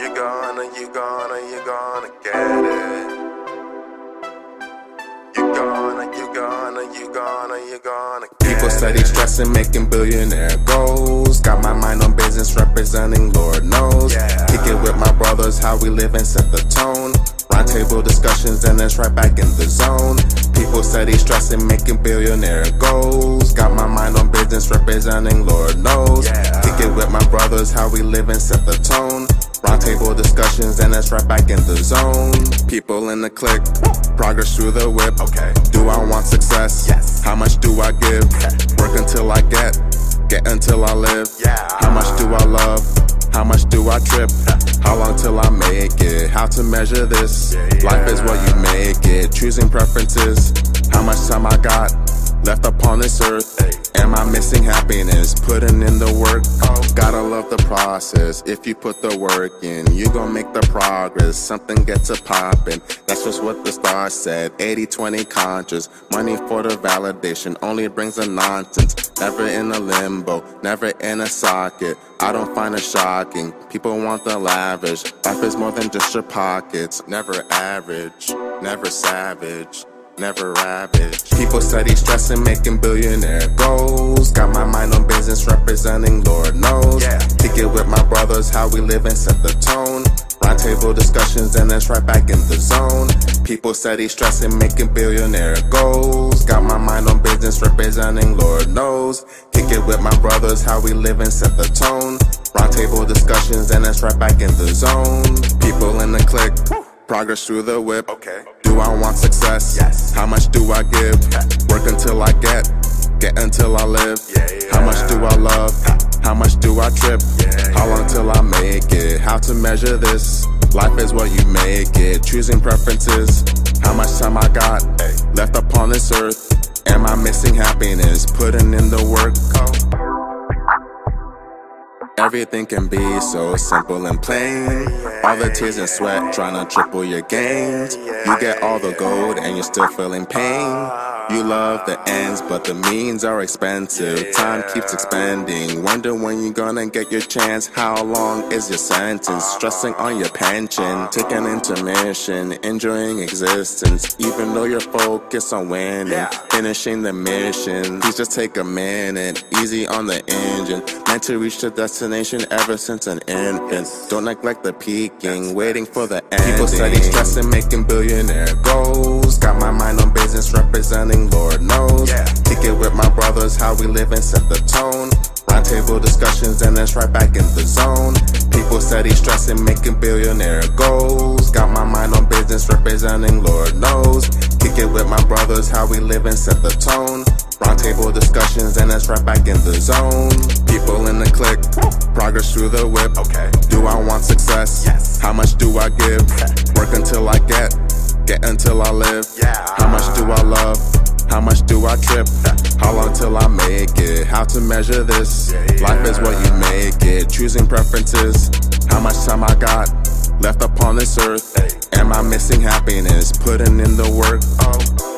gonna, you gonna, you gonna get it. You gonna, you gonna, you gonna, you gonna get People say they stressing, making billionaire goals. Got my mind on business, representing Lord knows. Yeah. Kick it with my brothers, how we live and set the tone. Round table discussions, and it's right back in the zone. People say they stressing, making billionaire goals. Got my mind on business, representing Lord knows. Yeah. Kick it with my brothers, how we live and set the tone. Round table discussions, and it's right back in the zone. People in the click, progress through the whip. Okay. Do I want success? Yes. How much do I give? Work until I get, get until I live. Yeah. How much do I love? How much do I trip? How long till I make it? How to measure this? Yeah, yeah. Life is what you make it. Choosing preferences. How much time I got left upon this earth? Hey. Am I missing happiness? Putting in the work. Gotta love the process. If you put the work in, you gon' make the progress. Something gets a poppin'. That's just what the star said. 80 20 conscious. Money for the validation only brings the nonsense. Never in a limbo, never in a socket. I don't find it shocking. People want the lavish. Life is more than just your pockets. Never average, never savage never ravaged. People study stressing, making billionaire goals. Got my mind on business, representing Lord knows. Yeah. Kick it with my brothers, how we live and set the tone. Round table discussions, and it's right back in the zone. People study stressing, making billionaire goals. Got my mind on business, representing Lord knows. Kick it with my brothers, how we live and set the tone. Round table discussions, and it's right back in the zone. People in the click, progress through the whip. Okay. Do I want success? Yes. How much do I give? Work until I get, get until I live. Yeah, yeah. How much do I love? How much do I trip? Yeah, How long till I make it? How to measure this? Life is what you make it. Choosing preferences. How much time I got left upon this earth? Am I missing happiness? Putting in the work. Everything can be so simple and plain. All the tears and sweat trying to triple your gains. You get all the gold and you're still feeling pain. You love the ends, but the means are expensive. Time keeps expanding. Wonder when you're gonna get your chance. How long is your sentence? Stressing on your pension. Take an intermission, enjoying existence. Even though you're focused on winning, Yeah. finishing the mission. Please just take a minute, easy on the engine. Meant to reach the destination ever since an infant. Don't neglect the peaking, waiting for the ending. People study stressing, making billionaire goals. Got my mind on business, representing Lord knows. Yeah. Kick it with my brothers, how we live and set the tone. Round table discussions, and it's right back in the zone. People study stressing, making billionaire goals. Got my mind on business, representing Lord knows. Kick it with my brothers, how we live and set the tone. Round table discussions, and it's right back in the zone. People in the click, progress through the whip. Okay. Do I want success? Yes. How much do I give? Work until I get, get until I live. Yeah. How much do I love? How much do I trip? How long till I make it? How to measure this? Life is what you make it. Choosing preferences. How much time I got left upon this earth? Am I missing happiness? Putting in the work. Oh.